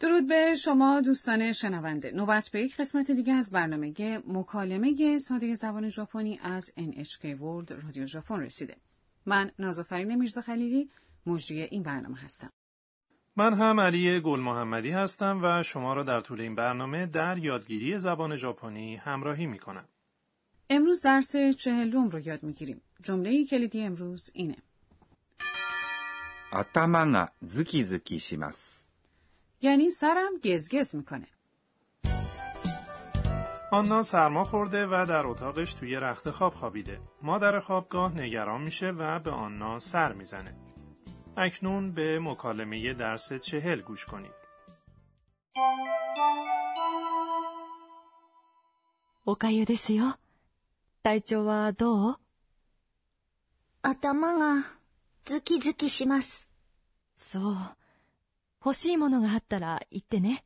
درود به شما دوستان شنونده نوبت به یک قسمت دیگه از برنامه مکالمه ساده زبان ژاپنی از NHK World رادیو ژاپن رسیده من نازافرین میرزا خلیلی مجری این برنامه هستم من هم علی گل محمدی هستم و شما را در طول این برنامه در یادگیری زبان ژاپنی همراهی می کنم. امروز درس چهلم رو یاد میگیریم. جمله کلیدی امروز اینه. 頭がズキズキします。 یعنی سرم گزگز میکنه. آنا سرما خورده و در اتاقش توی رخت خواب خوابیده. مادر خوابگاه نگران میشه و به آنا سر میزنه. اکنون به مکالمه درس چهل گوش کنید. おかゆですよ。体調はどう頭がズキズキします。そう。欲しいものがあったら言ってね。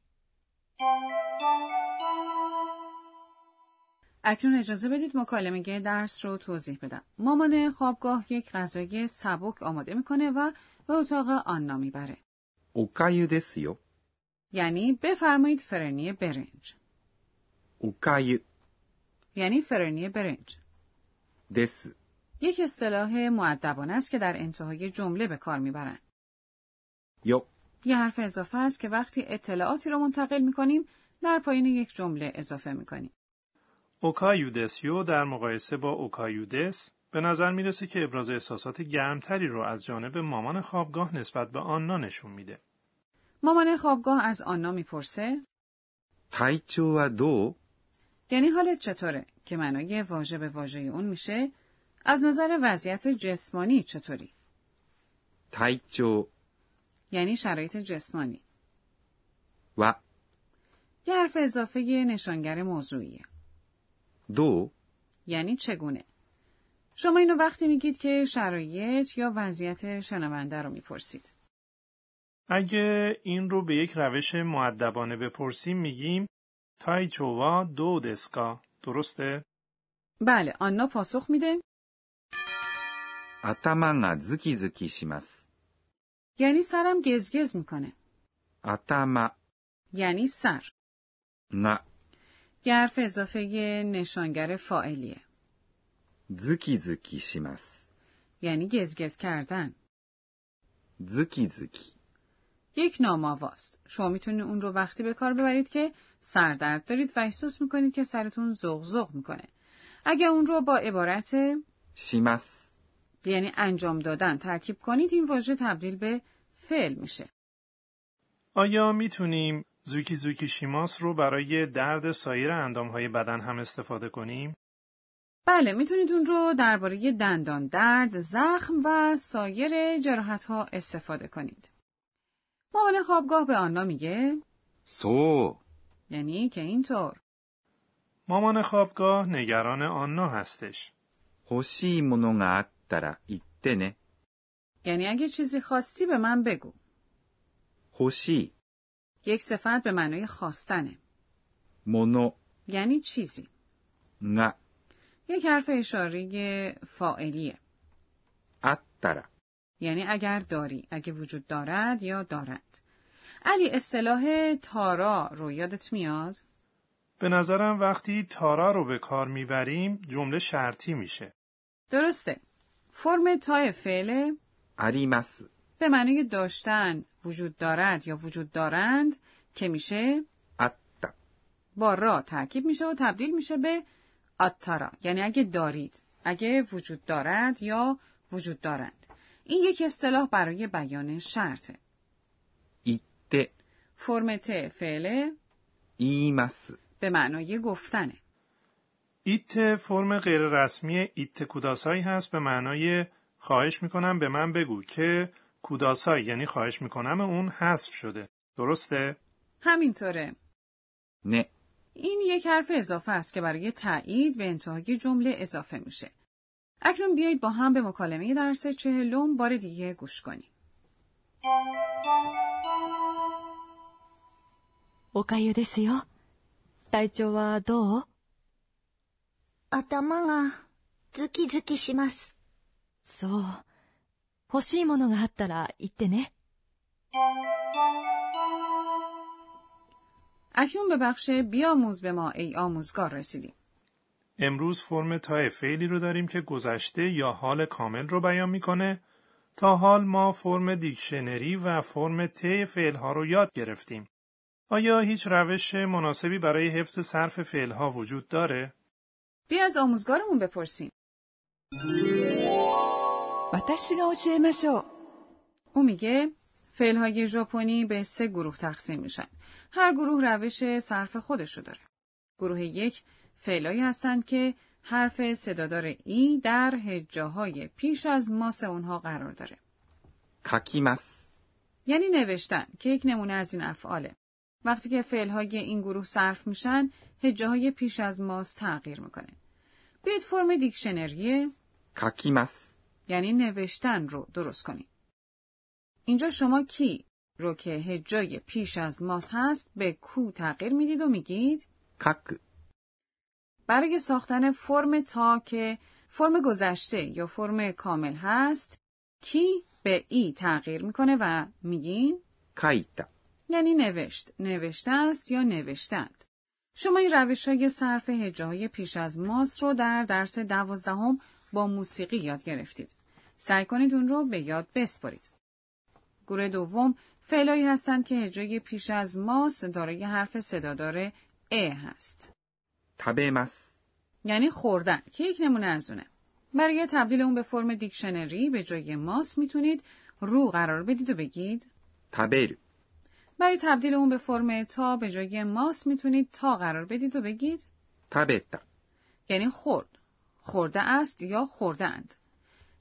اکنون اجازه بدید مکالمه درس رو توضیح بدم. مامان خوابگاه یک غذای سبک آماده میکنه و به اتاق آنا میبره. おかゆですよ。 یعنی بفرمایید فرنی برنج. おかゆ یعنی فرنی برنج. です。 یک اصطلاح معدبانه است که در انتهای جمله به کار میبرن. よ。 یه حرف اضافه است که وقتی اطلاعاتی رو منتقل میکنیم در پایین یک جمله اضافه میکنیم. اوکایودسیو در مقایسه با اوکایودس به نظر میرسه که ابراز احساسات گرمتری رو از جانب مامان خوابگاه نسبت به آنا نشون میده. مامان خوابگاه از آنا میپرسه 体調はどう یعنی حالت چطوره که معنای واژه به واژه اون میشه از نظر وضعیت جسمانی چطوری 体調 یعنی شرایط جسمانی は یه حرف اضافه یه نشانگر موضوعیه どう یعنی چگونه شما اینو وقتی میگید که شرایط یا وضعیت شنونده رو میپرسید اگه این رو به یک روش معدبانه بپرسیم میگیم تایچووا دو دسکا درسته؟ بله آنا پاسخ میده 頭がズキズキします。 یعنی سرم گزگز میکنه 頭 یعنی سر が یه حرف اضافه یه نشانگر فاعلیه ズキズキします。 یعنی گزگز کردن ズキズキ。 یک ناماواست. شما میتونید اون رو وقتی به کار ببرید که سردرد دارید و احساس میکنید که سرتون زغزغ میکنه. اگر اون رو با عبارت します。 یعنی انجام دادن ترکیب کنید این واژه تبدیل به فعل میشه. آیا میتونیم زوکی زوکی شیماس رو برای درد سایر اندامهای بدن هم استفاده کنیم؟ بله میتونید اون رو درباره دندان درد، زخم و سایر جراحت ها استفاده کنید. مامان خوابگاه به آنا میگه そ یعنی که اینطور مامان خوابگاه نگران آنا هستش. う。欲しいものがあったら言ってね。 یعنی اگه چیزی خواستی به من بگو. 欲しい یک صفت به معنای خواستنه. もの یعنی چیزی. が یک حرف اشاره فاعلیه. あったら یعنی اگر داری، اگه وجود دارد یا دارد. علی اصطلاح تارا رو یادت میاد؟ به نظرم وقتی تارا رو به کار میبریم جمله شرطی میشه. درسته. فرم تای فعل あります。 به معنی داشتن، وجود دارد یا وجود دارند که میشه あった。 با را ترکیب میشه و تبدیل میشه به آتارا یعنی اگه دارید اگه وجود دارد یا وجود دارند این یک اصطلاح برای بیان شرطه 言って、 فرم ت فعله 言います。 به معنای گفتنه ایت فرم غیررسمی ایت کوداسایی هست به معنای خواهش میکنم به من بگو که کوداسای یعنی خواهش میکنم اون حذف شده. درسته؟ همینطوره ね。 این یک حرف اضافه است که برای تایید به انتهای جمله اضافه میشه اکنون بیایید با هم به مکالمه درس چهلم بار دیگه گوش کنیم おかゆですよ。体調はどう頭がズキズキします。そう。欲しいものがあったら言ってね。 اکنون به بخش بیاموز به ما ای آموزگار رسیدیم. امروز فرم تای فعلی رو داریم که گذشته یا حال کامل رو بیان میکنه تا حال ما فرم دیکشنری و فرم ت فعل ها رو یاد گرفتیم. آیا هیچ روش مناسبی برای حفظ صرف فعل ها وجود داره؟ بیا از آموزگارمون بپرسیم. 私が教えましょう او میگه فعل های ژاپنی به سه گروه تقسیم میشن. هر گروه روش صرف خودشو داره. گروه یک فعلایی هستند که حرف صدادار ای در هجاهای پیش از ماس اونها قرار داره. 書きます。 یعنی نوشتن که یک نمونه از این افعاله. وقتی که فعلهای این گروه صرف میشن، هجاهای پیش از ماس تغییر میکنه. بیاید فرم دیکشنری 書きます。 یعنی نوشتن رو درست کنیم. اینجا شما کی رو که هجای پیش از ماس هست به کو تغییر میدید و میگید 書く。 برای ساختن فرم تا که فرم گذشته یا فرم کامل هست کی به ای تغییر میکنه و میگین 書いた。 یعنی نوشت نوشته است یا نوشتند شما این روش های صرف هجاهای پیش از ماست رو در درس دوازدهم با موسیقی یاد گرفتید سعی کنید اون رو به یاد بسپارید گروه دوم فعلایی هستند که هجای پیش از ماست دارای حرف صدادار ا هست 食べます。 یعنی خوردن که یک نمونه از اونه. برای تبدیل اون به فرم دیکشنری به جای ماس میتونید رو قرار بدید و بگید 食べる。 برای تبدیل اون به فرم تا به جای ماس میتونید تا قرار بدید و بگید 食べた。 یعنی خورد خورده است یا خوردند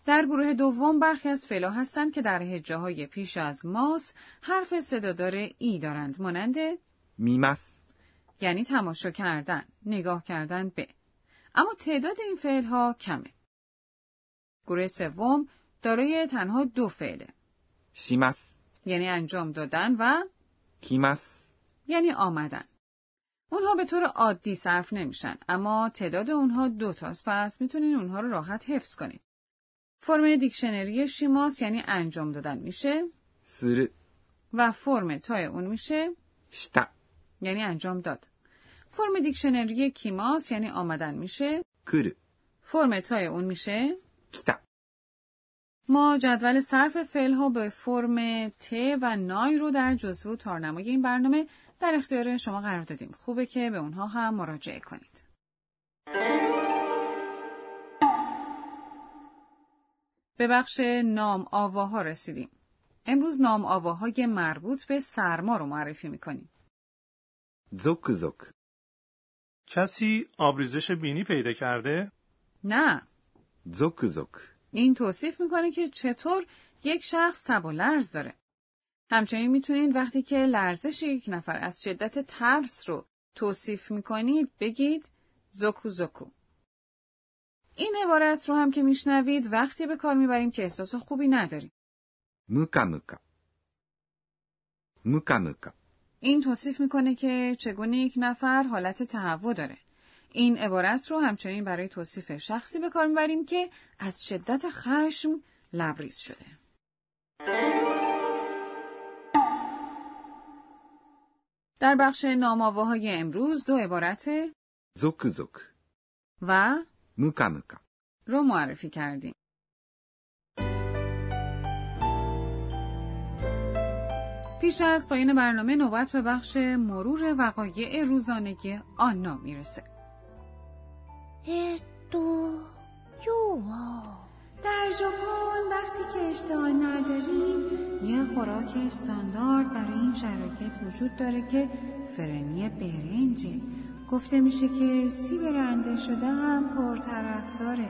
در گروه دوم برخی از فعلا هستند که در هجاهای پیش از ماس حرف صدادار ای دارند مانند 見ます。 یعنی تماشا کردن، نگاه کردن به. اما تعداد این فعل ها کمه. گروه سوم دارای تنها دو فعله. します。 یعنی انجام دادن و 来ます。 یعنی آمدن. اونها به طور عادی صرف نمیشن اما تعداد اونها دو تاست پس میتونین اونها رو راحت حفظ کنید. فرم دیکشنری شیماس یعنی انجام دادن میشه する。 و فرم تای اون میشه した。 یعنی انجام داد. فرم دیکشنری کیماس یعنی آمدن میشه 来る。 فرم تای اون میشه 来た。 ما جدول صرف فعل ها به فرم ت و نای رو در جزو تارنمای این برنامه در اختیار شما قرار دادیم. خوبه که به اونها هم مراجعه کنید. به بخش نام آواها رسیدیم. امروز نام آواهای مربوط به سرما رو معرفی میکنیم. ゾクゾク。 کسی آبریزش بینی پیدا کرده؟ نه، ゾクゾク。 این توصیف میکنه که چطور یک شخص تب و لرز داره. همچنین میتونید وقتی که لرزش یک نفر از شدت ترس رو توصیف میکنید بگید زوکو زوکو. این عبارت رو هم که میشنوید وقتی به کار میبریم که احساس خوبی نداریم. ムカムカ。ムカムカ。 این توصیف میکنه که چگونه یک نفر حالت تهوع داره. این عبارت رو همچنین برای توصیف شخصی به کار میبریم که از شدت خشم لبریز شده. در بخش نامآواهای امروز دو عبارت ゾクゾク。 و ムカムカ。 رو معرفی کردیم. پیش از پایان برنامه نوبت به بخش مرور وقایع روزانگی آنا میرسه. えーっと、今日は、 در ژاپن وقتی که اشتها نداریم یه خوراک استاندارد برای این شرایط وجود داره که فرنی برنجه گفته میشه که سیب رنده شده هم پرطرفداره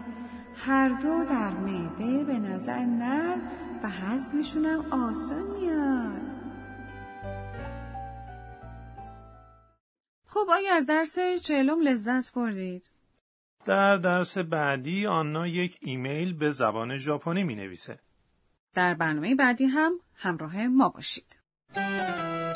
هر دو در معده به نظر نرم و هضمشون هم آسون میاد خب آیا از درس چهلم لذت بردید؟ در درس بعدی آنا یک ایمیل به زبان ژاپنی می نویسه. در برنامه بعدی هم همراه ما باشید.